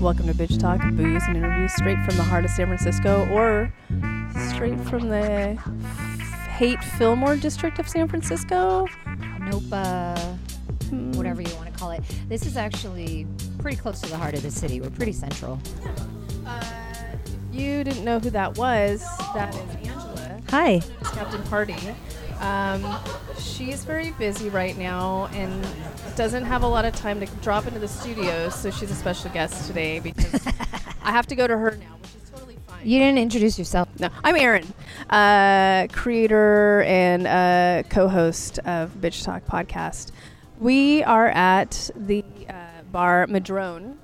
Welcome to Bitch Talk, booze and interviews straight from the heart of San Francisco or straight from the hate Fillmore district of San Francisco. Nopa, Hmm. whatever you want to call it. This is actually pretty close to the heart of the city. We're pretty central. Uh, You didn't know who that was. That is Angela, Hi. Captain Party. Um, she's very busy right now and doesn't have a lot of time to drop into the studio, so she's a special guest today because I have to go to her now, which is totally fine. You didn't introduce yourself. No, I'm Erin, uh, creator and uh, co-host of Bitch Talk podcast. We are at the uh, bar Madrone,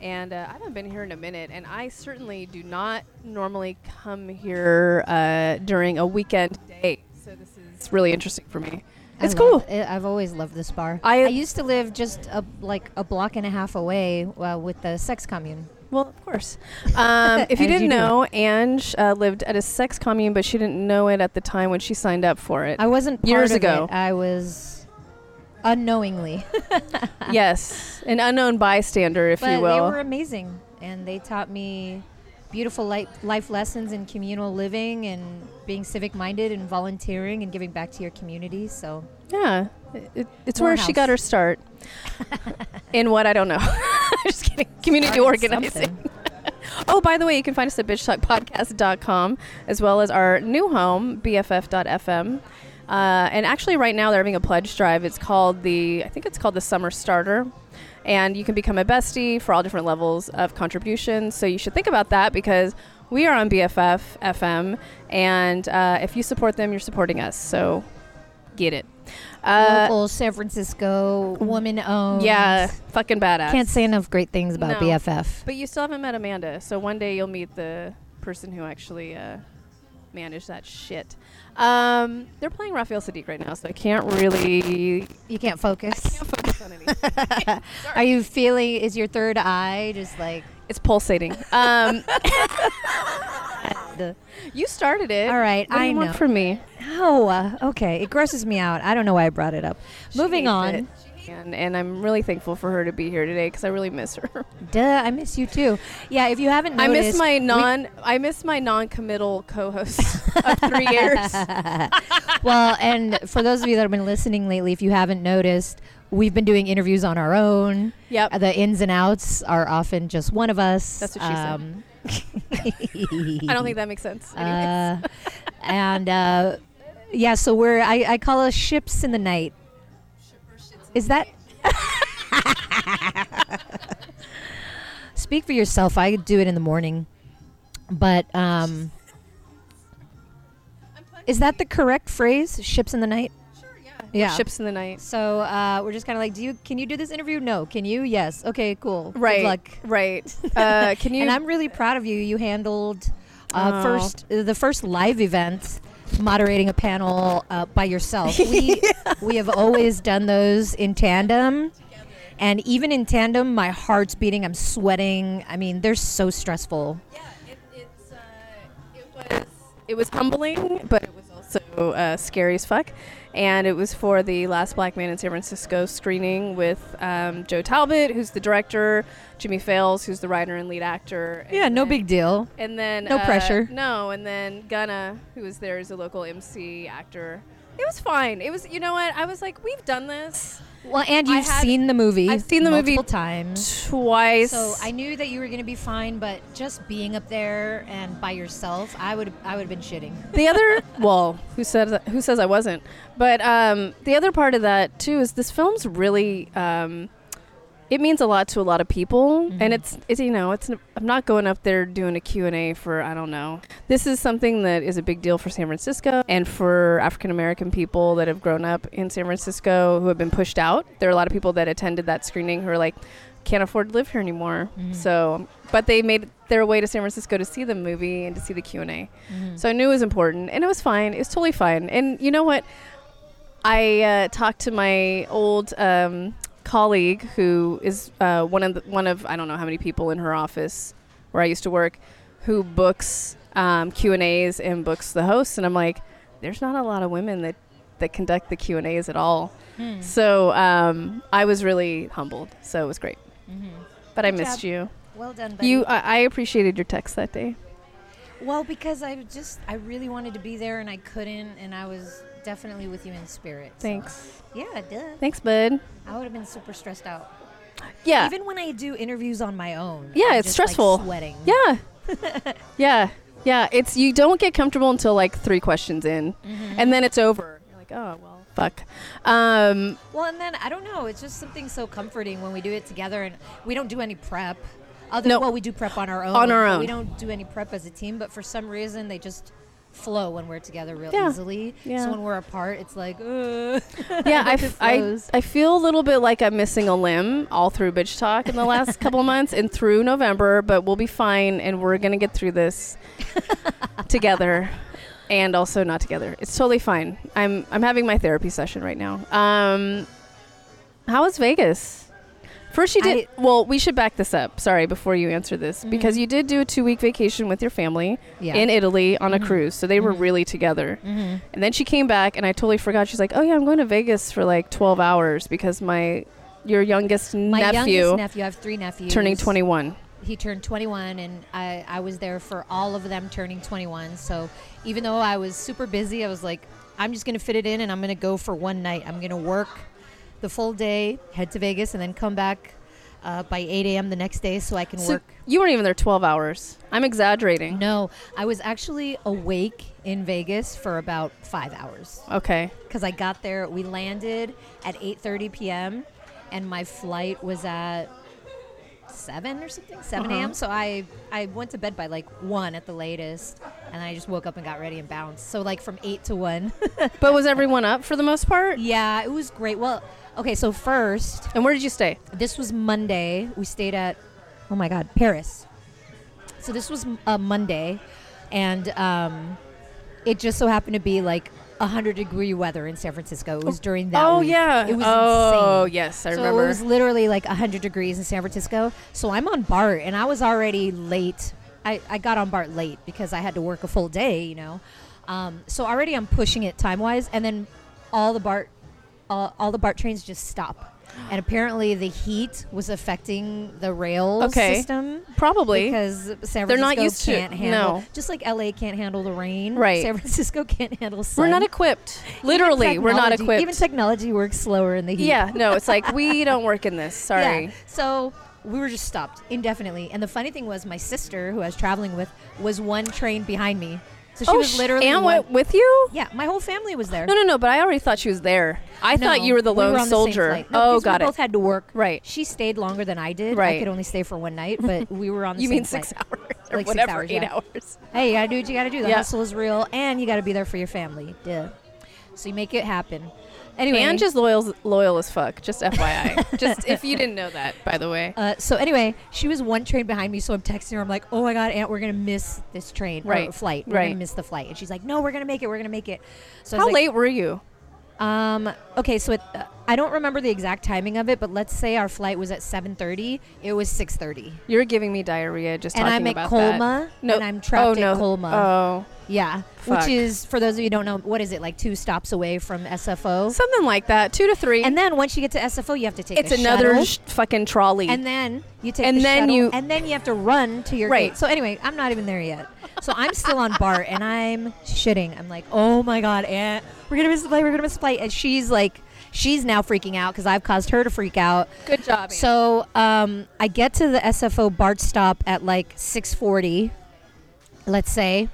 and uh, I haven't been here in a minute. And I certainly do not normally come here uh, during a weekend day, so this is really interesting for me. I It's love- cool. I- I've always loved this bar. I- I, used to live just a, like a block and a half away uh, with the sex commune. Well, of course. Um, if you As you didn't do. know, Ange uh, lived at a sex commune, but she didn't know it at the time when she signed up for it. I wasn't part Years of ago. it. I was unknowingly, yes, an unknown bystander, if but you will. they were amazing, and they taught me beautiful life, life lessons in communal living and being civic minded and volunteering and giving back to your community. So Yeah, it, it's where she Morehouse. got her start. In what I don't know. Just kidding. Community started organizing. something. Oh, by the way, you can find us at bitchtalkpodcast.com as well as our new home, bff.fm. Uh, and actually, right now they're having a pledge drive. It's called the, I think it's called the Summer Starter. And you can become a bestie for all different levels of contribution. So you should think about that because we are on BFF FM. And uh, if you support them, you're supporting us. So get it. Uh, local San Francisco woman owned. yeah, fucking badass. Can't say enough great things about No. BFF. But you still haven't met Amanda, so one day you'll meet the person who actually uh, managed that shit. Um, they're playing Raphael Sadiq right now, so I can't really You can't focus. focus on anything. Are you feeling? Is your third eye just like it's pulsating. Um, the? you started it. All right, What do I you know. want from me? Oh, uh, okay. It grosses me out. I don't know why I brought it up. She Moving hates on. it. And, and I'm really thankful for her to be here today because I really miss her. Duh, I miss you too. Yeah, if you haven't I noticed, miss my we- non I miss my non-committal co-host of three years. well, and for those of you that have been listening lately, if you haven't noticed, we've been doing interviews on our own. Yep. Uh, The ins and outs are often just one of us. Um, That's what she said. said. I don't think that makes sense. Anyways. Uh, and uh, yeah, so we're I, I call us ships in the night. Is that? Speak for yourself. I do it in the morning, but um, is that the correct phrase? Ships in the night. Yeah. Ships in the night. So uh, we're just kind of like, do you? Can you do this interview? No. Can you? Yes. Okay. Cool. Right. Good luck. Right. Uh, can you? and I'm really proud of you. You handled uh, Oh. first uh, the first live event, moderating a panel uh, by yourself. We we have always done those in tandem, and even in tandem, my heart's beating. I'm sweating. I mean, they're so stressful. Yeah, it, it's, uh, it was it was humbling, but it was also uh, scary as fuck. And it was for the last Black Man in San Francisco screening with um, Joe Talbot, who's the director, Jimmy Fails, who's the writer and lead actor. and Yeah, no then- big deal. And then no uh, pressure. No, and then Gunna, who was there as a local MC actor. It was fine. It was you know what I was like we've done this Well, and I you've had- seen the movie. I've seen the movie multiple times. twice. Mm-hmm. So I knew that you were going to be fine, but just being up there and by yourself, I would I would have been shitting. the other well who said that, who says i wasn't but um, the other part of that too is this film's really um, it means a lot to a lot of people and it's, it's you know it's i'm not going up there doing a q&a for i don't know this is something that is a big deal for san francisco and for african american people that have grown up in san francisco who have been pushed out there are a lot of people that attended that screening who are like can't afford to live here anymore Mm-hmm. so but they made their way to san francisco to see the movie and to see the q&a Mm-hmm. so I knew it was important, and it was fine. It was totally fine. And you know what? I uh, talked to my old um, colleague, who is uh, one of the, one of I don't know how many people in her office where I used to work, who books um, Q and A's and books the hosts. And I'm like, there's not a lot of women that that conduct the Q and A's at all. Mm-hmm. Mm. So um, I was really humbled. So it was great. But I Good missed job, you. Mm-hmm. Well done, buddy. You, I, I appreciated your text that day. well, because I just I really wanted to be there and I couldn't, and I was definitely with you in spirit. so- Thanks. Yeah, duh. Thanks, bud. I would have been super stressed out. Yeah. Even when I do interviews on my own. Yeah, I'm it's just, like, stressful. sweating. Yeah. Mm-hmm. yeah. Yeah. It's you don't get comfortable until like three questions in, and then it's over. You're like, oh well, fuck. Um, Well, and then I don't know. It's just something so comforting when we do it together, and we don't do any prep. Other No. well, we do prep on our own. On our but We own. don't do any prep as a team, but for some reason they just flow when we're together real Yeah. easily. Yeah. So when we're apart, it's like, uh, yeah, I, it f- I, flows. I feel a little bit like I'm missing a limb all through bitch talk in the last couple months and through November, but we'll be fine and we're gonna get through this together, and also not together. It's totally fine. I'm I'm having my therapy session right now. Um, how was Vegas? First, you did. well, we should back this up. Sorry, before you answer this, because you did do a two week vacation with your family yeah. in Italy on a cruise, so they were Mhm. really together. mm-hmm. And then she came back, and I totally forgot. She's like, "Oh yeah, I'm going to Vegas for like 12 hours because my your youngest My nephew youngest nephew, I have three nephews. turning 21." He turned 21, and I, I was there for all of them turning 21. So even though I was super busy, I was like, I'm just going to fit it in, and I'm going to go for one night. I'm going to work the full day, head to Vegas, and then come back uh, by 8 a.m. the next day so I can So work. you weren't even there 12 hours. I'm exaggerating. No, I was actually awake in Vegas for about five hours. Okay. because I got there. We landed at 8:30 p.m. and my flight was at seven or something, 7 Uh-huh. a.m. So I I went to bed by like one at the latest, and I just woke up and got ready and bounced. So like from eight to one. But was everyone up for the most part? yeah, it was great. Well, okay, so first And where did you stay? this was Monday. We stayed at, oh my God, Paris. So this was a Monday, and um, it just so happened to be like hundred degree weather in San Francisco. It was during that. oh week. yeah. it was oh insane. yes, I so remember. it was literally like hundred degrees in San Francisco. So I'm on BART, and I was already late. I, I got on BART late because I had to work a full day, you know. Um, so already I'm pushing it time wise, and then all the BART, all, all the BART trains just stop. And apparently the heat was affecting the rail Okay. system Probably. because San Francisco They're not used to- can't handle. no. Just like LA can't handle the rain, Right. San Francisco can't handle sun. we're not equipped. Literally, we're not Technology- equipped. Even technology works slower in the heat. yeah. No, it's like we don't work in this. Sorry. Yeah. So we were just stopped indefinitely. And the funny thing was, my sister, who I was traveling with, was one train behind me. So she oh, was sh- literally. Anne one- went with you? yeah, my whole family was there. No, no, no. But I already thought she was there. I No, thought you were the we lone on same soldier. flight. No, oh, 'cause got we it. both had to work. Right. She stayed longer than I did. Right. I could only stay for one night, but we were on the You same mean six flight. hours or Like six whatever, hours, eight yeah. hours. Hey, you gotta do what you gotta do. The Yeah. hustle is real, and you gotta be there for your family. Duh. So you make it happen. Anyway, And just loyal, loyal as fuck. Just FYI. just if you didn't know that, by the way. Uh, so anyway, she was one train behind me, so I'm texting her. I'm like, "Oh my god, Aunt, we're gonna miss this train or Right. flight. We're Right. gonna miss the flight." And she's like, "No, we're gonna make it. We're gonna make it." So I How was like, late were you? Um, okay, so it, uh, I don't remember the exact timing of it, but let's say our flight was at 7:30. It was 6:30, You're giving me diarrhea just and talking I'm at about Colma, that. No, and I'm trapped oh, no. at Colma. Oh, yeah, fuck. which is for those of you who don't know, what is it like two stops away from SFO? Oh. something like that. Two to three. And then once you get to SFO, you have to take it's a another shuttle. sh- fucking trolley. and then you take And the then shuttle, you- and then you have to run to your Right. gate. So anyway, I'm not even there yet. So I'm still on BART and I'm shitting. I'm like, oh my god, Aunt, we're gonna miss the flight. We're gonna miss the flight. And she's like, she's now freaking out because I've caused her to freak out. Good job. Ann. So um, I get to the SFO BART stop at like 6:40, let's say,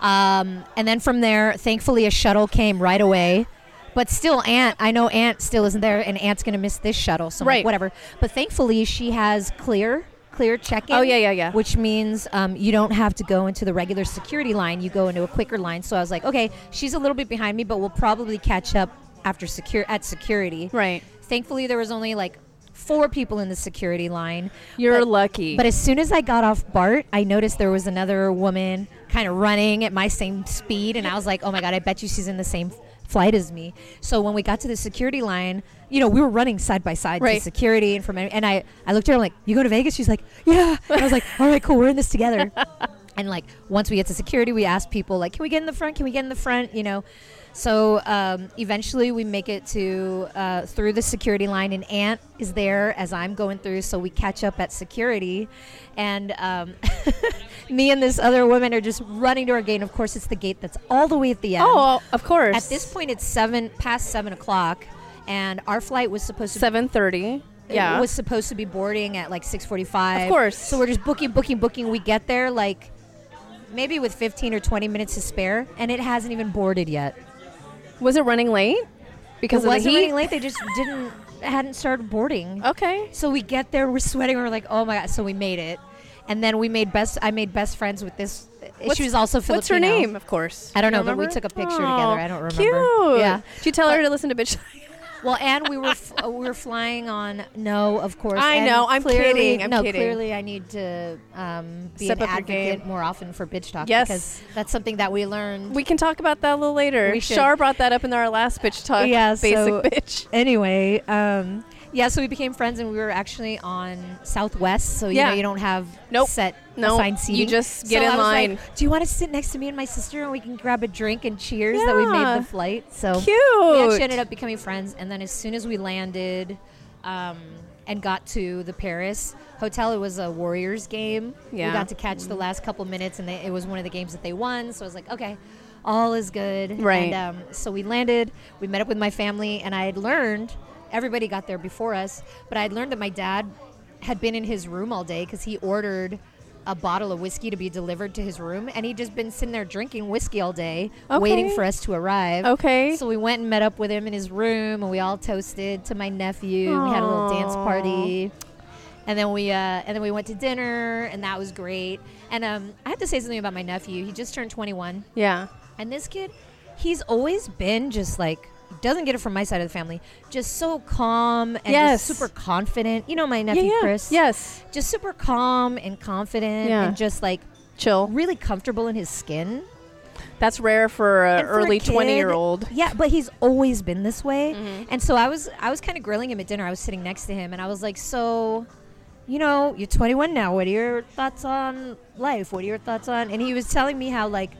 um, and then from there, thankfully, a shuttle came right away. But still, Aunt, I know Aunt still isn't there, and Aunt's gonna miss this shuttle. So I'm like, Right. whatever. But thankfully, she has clear, clear check-in. Oh, yeah, yeah, yeah. Which means um, you don't have to go into the regular security line. You go into a quicker line. So I was like, okay, she's a little bit behind me, but we'll probably catch up after secure at security. right. Thankfully, there was only like four people in the security line. You're but, lucky. But as soon as I got off BART, I noticed there was another woman kind of running at my same speed, and I was like, "Oh my god, I bet you she's in the same flight as me." So when we got to the security line, you know, we were running side by side Right. to security, and from and I, I looked at her I'm like, "You go to Vegas?" She's like, "Yeah." And I was like, "All right, cool, we're in this together." and like once we get to security we ask people like can we get in the front can we get in the front you know so um, eventually we make it to uh, through the security line and aunt is there as i'm going through so we catch up at security and um, me and this other woman are just running to our gate and of course it's the gate that's all the way at the end Oh, of course. at this point it's seven past seven o'clock and our flight was supposed to seven thirty. Yeah. was supposed to be boarding at like 6:45. Of course. So we're just booking, booking, booking. We get there like maybe with 15 or 20 minutes to spare, and it hasn't even boarded yet. Was it running late? Because it of wasn't the heat. Oh. running late. They just didn't hadn't started boarding. Okay. So we get there, we're sweating, we're like, oh my god! So we made it, and then we made best. I made best friends with this. she was also Filipino. What's her name? Of course. I don't You know, but we remember? took a picture Oh, together. I don't remember. Cute. Yeah. Uh, Did you tell her But- to listen to bitch? Well, and we were f- uh, we were flying on no, of course. I and know, I'm clearly, kidding, I'm no, kidding. clearly I need to um, be Step an up your advocate game. more often for bitch talk. Yes. because that's something that we learned. we can talk about that a little later. We should. Uh, Shar brought that up in our last bitch talk. Yeah, Basic so- bitch. anyway, um, yeah, so we became friends, and we were actually on Southwest, so you Yeah. know you don't have Nope. set No, assigned seating. you just get So in I was like, line. Do you want to sit next to me and my sister, and we can grab a drink and cheers that we made Yeah. the flight? So Cute. we actually ended up becoming friends and then as soon as we landed um, and got to the paris hotel it was a warriors game we Yeah. got to catch the last couple minutes and they, it was one of the games that they won so i was like okay all is good Right. and um, so we landed we met up with my family and i had learned everybody got there before us but i had learned that my dad had been in his room all day because he ordered a bottle of whiskey to be delivered to his room and he'd just been sitting there drinking whiskey all day waiting Okay. for us to arrive okay. so we went and met up with him in his room, and we all toasted to my nephew. We had a little dance Aw. party, and then we uh, and then we went to dinner, and that was great. And um, I have to say something about my nephew. He just turned 21, yeah. and this kid, he's always been just like doesn't get it from my side of the family. Just so calm and Yes. just super confident. You know my Yeah, nephew yeah. Chris. Yes. Just super calm and confident, Yeah. and just like Chill. really comfortable in his skin. That's rare for an And for a early kid- twenty year old. Yeah, but he's always been this way. And so I was I was kind of grilling him at dinner. I was sitting next to him and I was like, "So, you know, you're 21 now. What are your thoughts on life? What are your thoughts on?" And he was telling me how like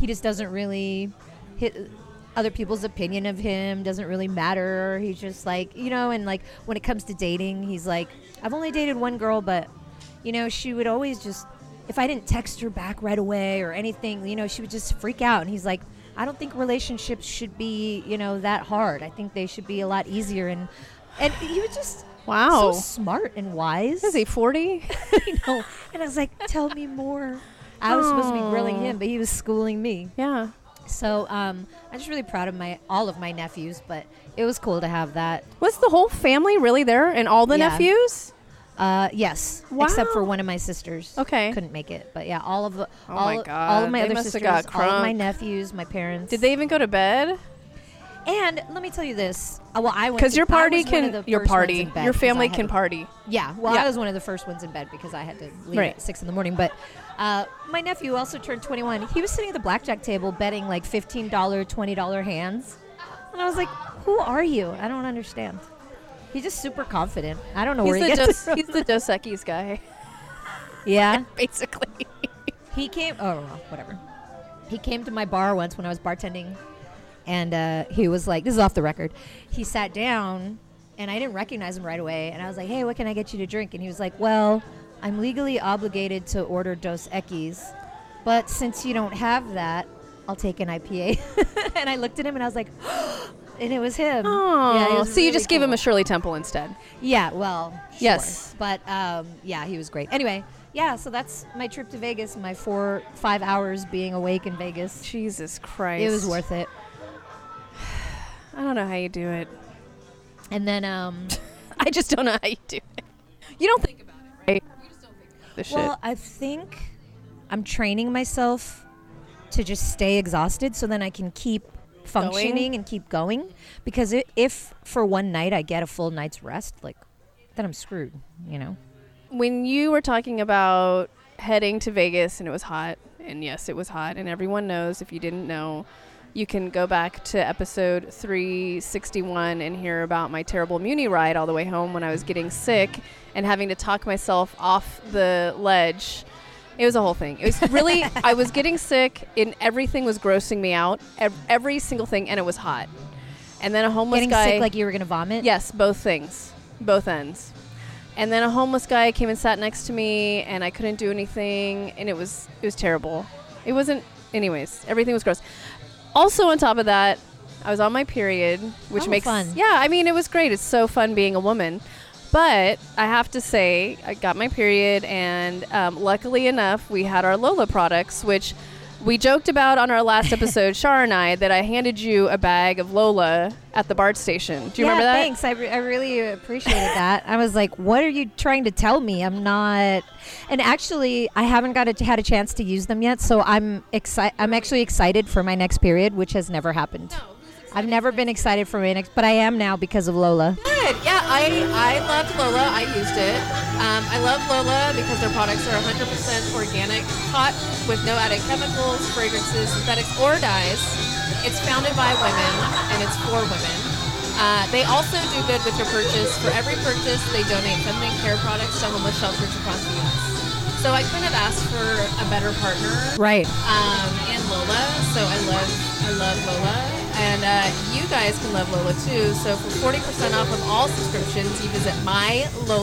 he just doesn't really hit other people's opinion of him doesn't really matter. He's just like, you know, and like when it comes to dating, he's like, "I've only dated one girl, but you know, she would always just if I didn't text her back right away or anything, you know, she would just freak out." And he's like, "I don't think relationships should be, you know, that hard. I think they should be a lot easier." And and he was just Wow. so smart and wise. Is Oh. he forty? You know? And I was like, "Tell me more." I was supposed to be grilling him, but he was schooling me. yeah. So um, I'm just really proud of my all of my nephews, but it was cool to have that. Was the whole family really there and all the Yeah. nephews? Uh, yes, except for Wow. one of my sisters. Okay. couldn't make it, but yeah, all of the, Oh all, my all of God, my they other must sisters, have got all of my crunk. nephews, my parents. Did they even go to bed? And let me tell you this. Uh, well, I went Because to- your I party was one of can the your first ones party in bed your 'cause I family had can to- party. Yeah, well, Yeah. I was one of the first ones in bed because I had to leave Right. at six in the morning. But uh, my nephew also turned 21. He was sitting at the blackjack table betting like $15, $20 hands. And I was like, who are you? I don't understand. He's just super confident. I don't know He's where he the, gets it Dos, from. he's the Dos Equis guy, Yeah. basically. He came, oh, well, whatever. He came to my bar once when I was bartending, and uh, he was like, "This is off the record." He sat down, and I didn't recognize him right away. And I was like, "Hey, what can I get you to drink?" And he was like, "Well, I'm legally obligated to order Dos Equis, but since you don't have that, I'll take an IPA." and I looked at him, and I was like, "And it was him." Oh, he was so you really just gave him cool. a Shirley Temple instead. Yeah, well, sure. Yes. but um, yeah, he was great. Anyway, yeah, so that's my trip to Vegas. My four, five hours being awake in Vegas. Jesus Christ, It was worth it. I don't know how you do it. And then, um, I just don't know how you do it. You don't think about it, right? You just don't think about the well, I think I'm training myself to just stay exhausted, so then I can keep functioning and keep going. Because i if for one night I get a full night's rest, like then I'm screwed. You know. shit. When you were talking about heading to Vegas and it was hot, and yes, it was hot, and everyone knows if you didn't know, you can go back to episode 361 and hear about my terrible Muni ride all the way home when I was getting sick and having to talk myself off the ledge It was a whole thing. It was really, I was getting sick, and everything was grossing me out. Ev- every single thing, and it was hot. And then a homeless Getting guy. sick like you were gonna vomit. Yes, both things, both ends. And then a homeless guy came and sat next to me, and I couldn't do anything, and it was it was terrible. It wasn't, anyways. Everything was gross. Also, on top of that, I was on my period, which Oh, makes fun. yeah. I mean, it was great. It's so fun being a woman. But I have to say, I got my period, and um, luckily enough, we had our Lola products, which we joked about on our last episode, Shar and I, that I handed you a bag of Lola at the BART station. Do you yeah, remember that? Thanks. I, re- I really appreciated that. I was like, what are you trying to tell me? I'm not. And actually, I haven't got a, had a chance to use them yet. So I'm excited. I'm actually excited for my next period, which has never happened. I've never been excited for my next, but I am now because of Lola. Good. Yeah, I, I loved Lola. I used it. Um, I love Lola because their products are 100% organic, hot, with no added chemicals, fragrances, synthetics, or dyes. It's founded by women and it's for women. Uh, they also do good with your purchase. For every purchase, they donate feminine care products to homeless shelters across the U.S. So I couldn't have asked for a better partner Right. um, and Lola. So I love I love Lola, and uh, you guys can love Lola too. So for forty percent off of all subscriptions, you visit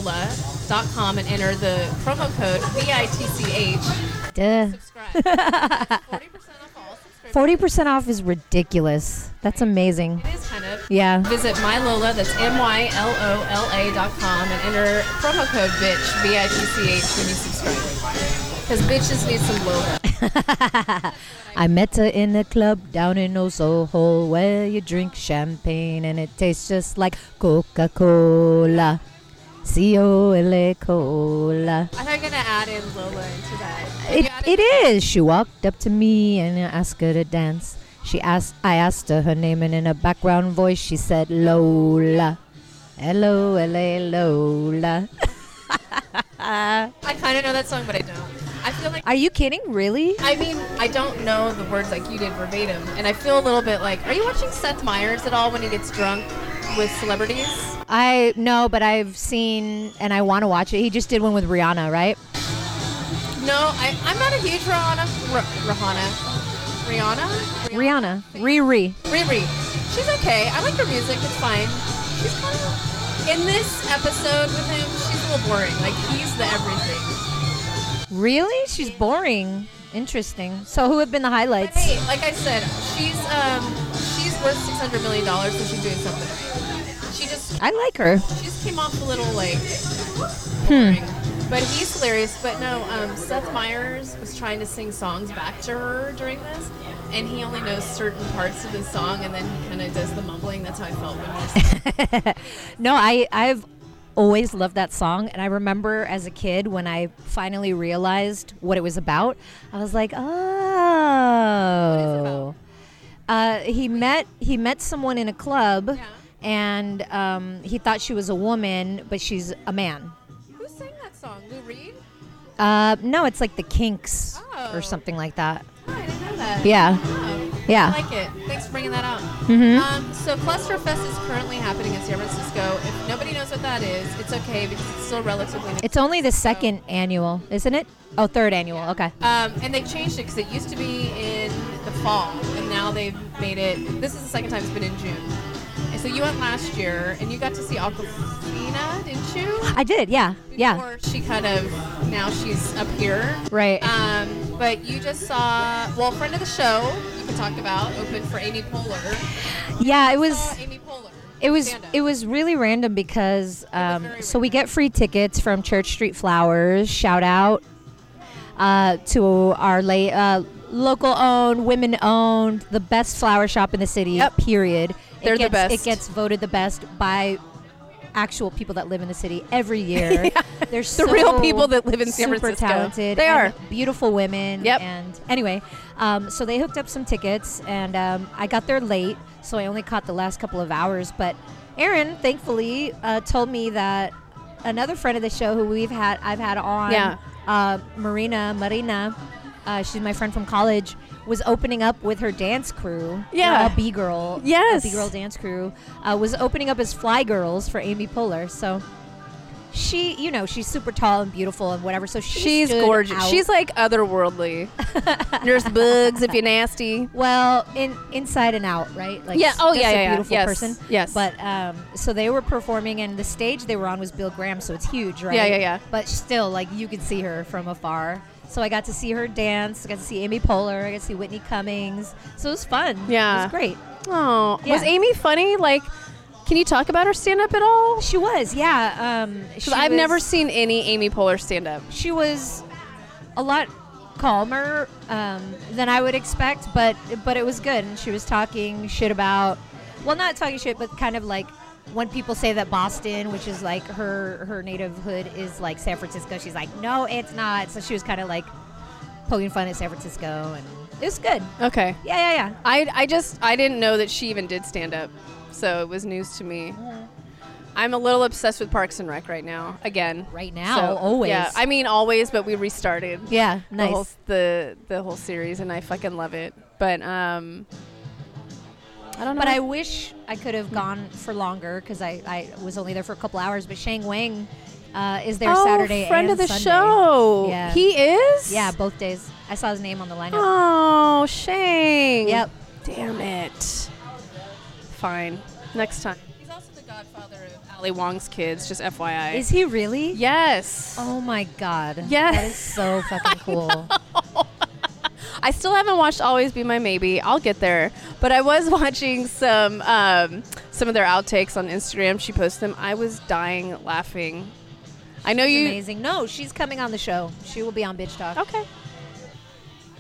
mylola.com and enter the promo code VITCH. Duh. Subscribe. Forty percent off all subscriptions. 40% off is ridiculous. That's amazing. It is kind of. Yeah. Visit mylola. That's m y l o l a dot com and enter promo code bitch v i t c h when you subscribe. Because bitches need some Lola. I met her in a club down in Osoho where you drink champagne and it tastes just like Coca Cola. C O L A Cola. I thought you were gonna add in Lola into that. If It, you added it is. She walked up to me and I asked her to dance. She asked, I asked her her name and in a background voice she said Lola. L O L A Lola. I kind of know that song, but I don't. I feel like Are you kidding? Really? I mean I don't know the words like you did verbatim, and I feel a little bit like, are you watching Seth Meyers at all when he gets drunk with celebrities? I no, but I've seen and I want to watch it. He just did one with Rihanna, right? No, I, I'm not a huge Rihanna. R- Rihanna. Rihanna. Rihanna, Riri. Riri. She's okay. I like her music. It's fine. She's kind of in this episode with him. She's a little boring. Like he's the everything. Really? She's boring. Interesting. So who have been the But highlights? hey, like I said, she's um she's worth six hundred million dollars, so she's doing something. right. She just I like her. She just came off a little like Hmm. boring. But he's hilarious. But no, um, Seth Meyers was trying to sing songs back to her during this, and he only knows certain parts of the song, and then he kind of does the mumbling. That's how I felt when he was No, I I've always loved that song and I remember as a kid when I finally realized what it was about, I was like, "Oh." about? Uh, he met he met someone in a club and um, he thought she was a woman, but she's a man. Who sang that song? Lou Reed? Uh, no, it's like the Kinks Oh. or something like that. Oh, I didn't know that. Yeah. Oh, Yeah. I Mm-hmm. like it. Thanks for bringing that up. Um, so Clusterfest is currently happening in San Francisco. If nobody knows what that is, it's okay because it's still relatively new. It's only the second Oh. annual, isn't it? Oh, third annual. Okay. Um, and they changed it because it used to be in the fall, and now they've made it. This is the second time it's been in June. And so you went last year, and you got to see Aquafina, didn't you? I did. Yeah. Yeah. Before she kind of now she's up here. Right. Um, but you just saw well, friend of the show you can talk about open for Amy Poehler. Yeah. It was. Saw Amy Poehler. It was stand up. it was really random because um, very so we get free tickets from Church Street Flowers. Shout out uh, to our la- uh, local owned, women owned, the best flower shop in the city. Yep. Period. It They're the gets- best. It gets voted the best by actual people that live in the city every year. They're The real people that live in San super Francisco. talented. They and are. beautiful women. Yep. And anyway, um, so they hooked up some tickets, and um, I got there late, so I only caught the last couple of hours. But Aaron, thankfully, uh, told me that another friend of the show who we've had, I've had on, Yeah. uh, Marina, Marina, uh, she's my friend from college, was opening up with her dance crew. Yeah. a B girl. Yes. B girl dance crew uh, was opening up as Fly Girls for Amy Poehler. So she, you know, she's super tall and beautiful and whatever. So she She's stood gorgeous. out. She's like otherworldly. Nurse Bugs, if you're nasty. well in inside and out, right? Like Yeah. Oh, just yeah, a yeah, yeah. beautiful Yes. person. Yes. But um, so they were performing, and the stage they were on was Bill Graham, so it's huge, right? Yeah, yeah, yeah. But still, like you could see her from afar. So I got to see her dance. I got to see Amy Poehler. I got to see Whitney Cummings. So it was fun. it Yeah. was great. Oh, Yeah. was Amy funny? Like, can you talk about her stand up at all? She was, yeah. Um, she Because I've was- never seen any Amy Poehler stand up. She was a lot calmer um, than I would expect, but but it was good. And she was talking shit about, well, not talking shit, but kind of like when people say that Boston, which is like her her native hood, is like San Francisco. She's like, no, it's not. So she was kind of like poking fun at San Francisco, and it was good. Okay. Yeah, yeah, I, I just, I didn't know that she even did stand up. So it was news to me. yeah. I'm a little obsessed with Parks and Rec right now, again. Right now, always. Yeah, I mean, always, but we restarted. Yeah, the whole, nice. the the whole series, and I fucking love it. But um, I don't know. But I wish I could have gone for longer because I, I was only there for a couple hours. But Shang Wang uh, is there oh, Saturday friend and of the Sunday. show. Yeah. He is. Yeah, both days. I saw his name on the lineup. Oh, Shang. Yep. Damn it. Fine. Next time. He's also the godfather of Ali Wong's kids. Just FYI. Is he really? yes. Oh my god. Yes. That is so fucking cool. Oh. I still haven't watched Always Be My Maybe. I'll get there. But I was watching some um, some of their outtakes on Instagram. She posted them. I was dying laughing. I know you. Amazing. No, she's coming on the show. She will be on Bitch Talk. Okay.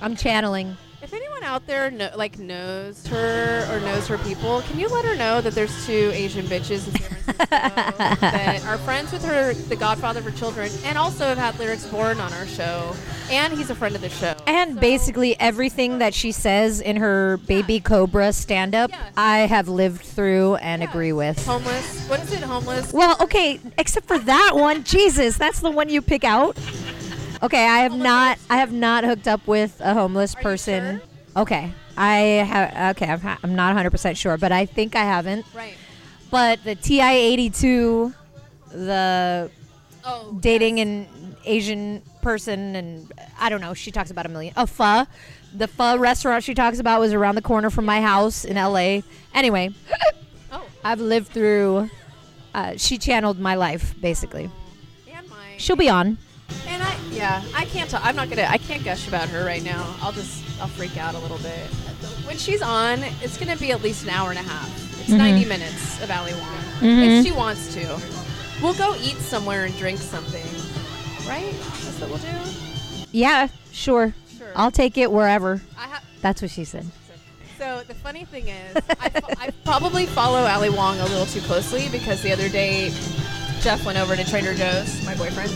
I'm channeling. If anyone out there kno- like knows her or knows her people, can you let her know that there's two Asian bitches in San Francisco that are friends with her, the godfather of her children, and also have had lyrics born on our show, and he's a friend of the show. And basically everything that she says in her Baby Cobra stand up, Yeah. I have lived through and agree with. homeless. What is it? Homeless. Well, okay, except for that one. Jesus, that's the one you pick out. Okay, I have not I have not hooked up with a homeless you person. Okay. I have okay, I'm, ha- I'm not 100% sure, but I think I haven't. Right. But the TI82 the Oh, dating an Asian person and I don't know, she talks about a million. A pho. The pho restaurant she talks about was around the corner from my house in LA. Anyway, Oh, I've lived through uh, she channeled my life basically. and mine. She'll be on. And I, yeah, I can't. Talk, I'm not gonna. I can't gush about her right now. I'll just. I'll freak out a little bit. When she's on, it's gonna be at least an hour and a half. It's 90 minutes of Ali Wong if she wants to. We'll go eat somewhere and drink something, right? That's what we'll do. Yeah, sure. Sure. I'll take it wherever. I have. That's what she said. So the funny thing is, I, fo- I probably follow Ali Wong a little too closely because the other day, Jeff went over to Trader Joe's, my boyfriend,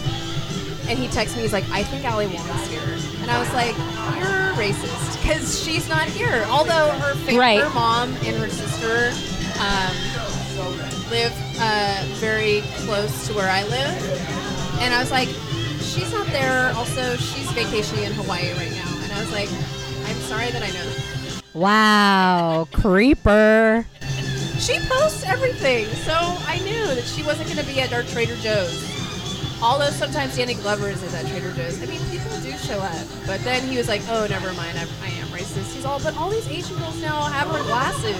and he texted me. He's like, "I think Ali Wong's here," and I was like, "You're racist because she's not here." Although her, fa- Right. her mom and her sister um, live uh, very close to where I live, and I was like, "She's not there." Also, she's vacationing in Hawaii right now, and I was like, "I'm sorry that I know." That. Wow, creeper. She posts everything, so I knew that she wasn't going to be at our Trader Joe's. Although sometimes Danny Glover is at Trader Joe's. I mean, people do show up. But then he was like, "Oh, never mind. I, I am racist." He's all, but all these Asian girls now have her glasses.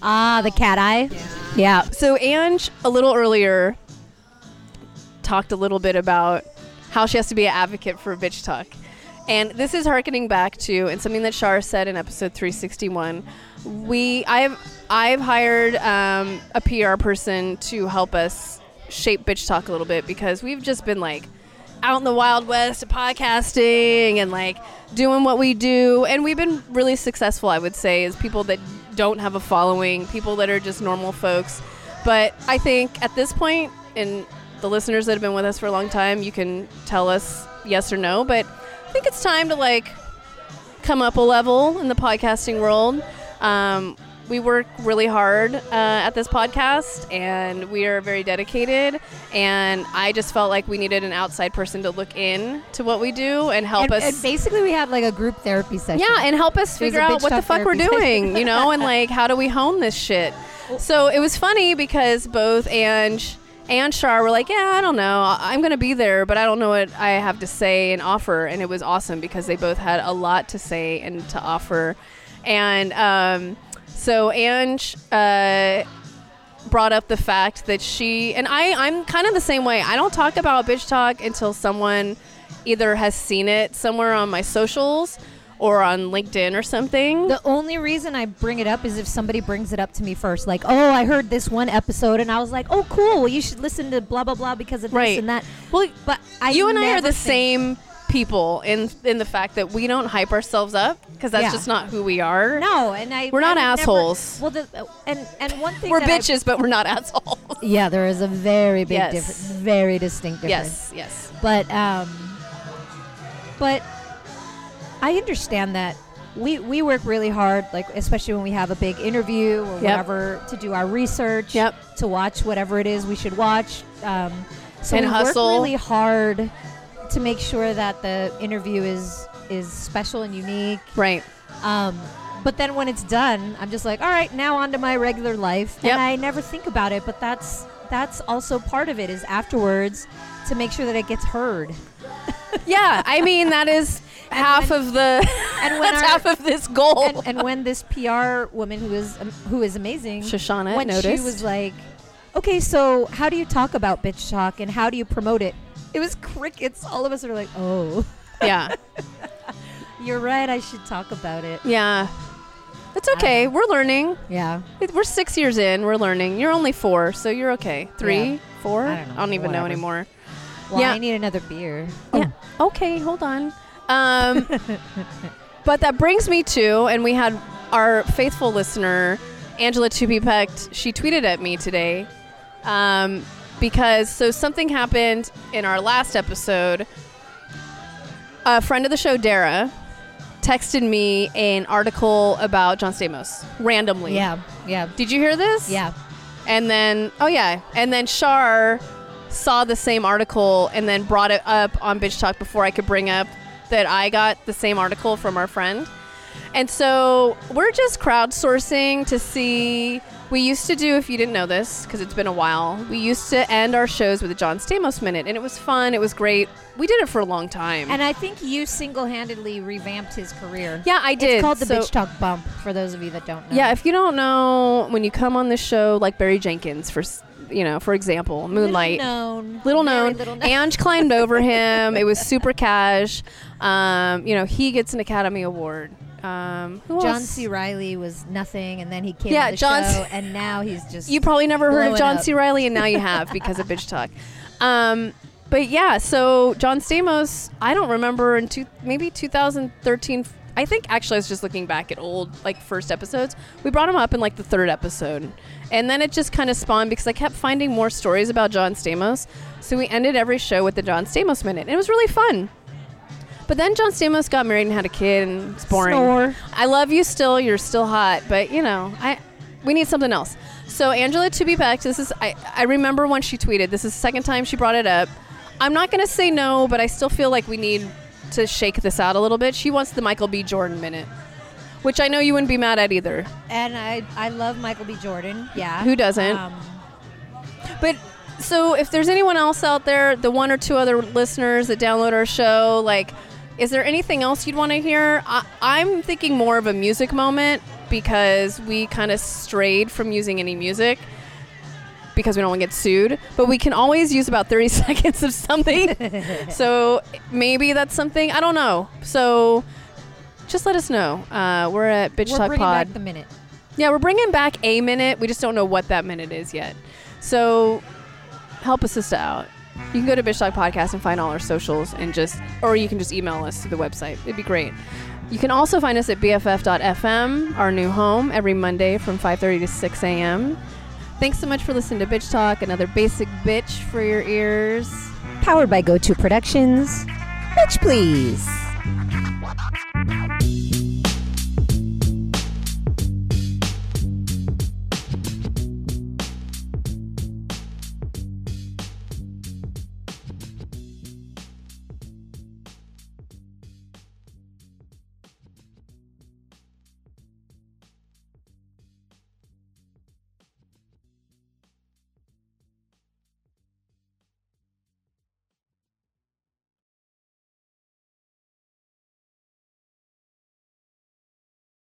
Ah, the cat eye. Yeah. So Ange, a little earlier, talked a little bit about how she has to be an advocate for bitch talk. And this is harkening back to and something that Shar said in episode 361. We I've I've hired um, a PR person to help us shape bitch talk a little bit because we've just been like out in the wild west podcasting and like doing what we do and we've been really successful I would say as people that don't have a following, people that are just normal folks. But I think at this point in the listeners that have been with us for a long time, you can tell us yes or no. But I think it's time to like come up a level in the podcasting world. Um, we work really hard uh, at this podcast and we are very dedicated. And I just felt like we needed an outside person to look in to what we do and help And, us. and basically, we had like a group therapy session. Yeah, and help us It was figure a out bitch what the talk fuck we're therapy doing, you know, and like how do we hone this shit. So it was funny because both Ange and Shar were like, "Yeah, I don't know. I- I'm going to be there, but I don't know what I have to say and offer." And it was awesome because they both had a lot to say and to offer. And um, so Ange uh, brought up the fact that she and I, I'm kind of the same way. I don't talk about bitch talk until someone either has seen it somewhere on my socials or on LinkedIn or something. The only reason I bring it up is if somebody brings it up to me first, like, "Oh, I heard this one episode," and I was like, "Oh, cool. Well, you should listen to blah blah blah because of Right. this and that." well, But I you and I are never the same think- people in in the fact that we don't hype ourselves up because that's Yeah. just not who we are. No, and I We're not I would never- assholes. well, the, and and one thing we're that I- bitches, but we're not assholes. yeah, there is a very big Yes. difference, very distinct difference. yes, yes, but um, but I understand that we we work really hard, like especially when we have a big interview or whatever, to do our research, Yep. to watch whatever it is we should watch. Um, so And we hustle. work really hard to make sure that the interview is is special and unique. right. Um, but then when it's done, I'm just like, all right, now on to my regular life, Yep. and I never think about it. But that's that's also part of it is afterwards to make sure that it gets heard. Yeah, I mean that is half when- of the and when that's our- half of this goal. And, and when this PR woman who is um, who is amazing, Shoshana when noticed. she was like, okay, so how do you talk about bitch talk and how do you promote it? It was crickets. All of us are like, oh, yeah, you're right. I should talk about it. yeah. It's okay. We're learning. Yeah. It- We're six years in. We're learning. You're only four, so you're okay. Three, Yeah. four. I don't know, even know whatever. anymore. Well, Yeah. I need another beer. Yeah. Oh. Okay, hold on. Um, but that brings me to, and we had our faithful listener, Angela Tupi Pecht, she tweeted at me today um, because so something happened in our last episode. A friend of the show, Dara, texted me an article about John Stamos randomly. Oh, Yeah. Yeah. Did you hear this? Yeah. And then, oh yeah, and then Shar saw the same article and then brought it up on Bitch Talk before I could bring up that I got the same article from our friend. And so we're just crowdsourcing to see. We used to do, if you didn't know this, because it's been a while, we used to end our shows with a John Stamos minute, and it was fun. It was great. We did it for a long time. And I think you single-handedly revamped his career. yeah, I did. It's called the So- bitch talk bump for those of you that don't know. Yeah, if you don't know, when you come on this show, like Barry Jenkins, for s- you know, for example, Moonlight. Little known. little Very known. Little known. Ange climbed over him. It was super cash. Um, you know, he gets an Academy Award. Um, who John else? C. Riley was nothing, and then he came Yeah, on the John show, C- and now he's just You probably never heard Blow of it John up. C. Riley, and now you have because of bitch talk. Um, but yeah, so John Stamos, I don't remember in two, maybe 2013. I think actually, I was just looking back at old like first episodes. We brought him up in like the third episode, and then it just kind of spawned because I kept finding more stories about John Stamos. So we ended every show with the John Stamos minute, and it was really fun. But then John Stamos got married and had a kid, and it's boring. Snore. I love you still. You're still hot, but you know, I we need something else. So Angela to be back. This is I, I remember when she tweeted. This is the second time she brought it up. I'm not gonna say no, but I still feel like we need to shake this out a little bit. She wants the Michael B. Jordan minute, which I know you wouldn't be mad at either. And I, I love Michael B. Jordan. Yeah, Um, Who doesn't? But so if there's anyone else out there, the one or two other listeners that download our show, like, is there anything else you'd want to hear? I, I'm thinking more of a music moment because we kind of strayed from using any music because we don't want to get sued. But we can always use about 30 seconds of something. so maybe that's something. I don't know. So just let us know. Uh, we're at Bitch We're Talk bringing Pod. back the minute. Yeah, we're bringing back a minute. We just don't know what that minute is yet. So help us sister out. You can go to Bitch Talk Podcast and find all our socials and just, or you can just email us through the website. It'd be great. You can also find us at BFF.FM, our new home, every Monday from 5.30 to 6 a.m. Thanks so much for listening to Bitch Talk, another basic bitch for your ears. Powered by GoTo Productions. Bitch, please.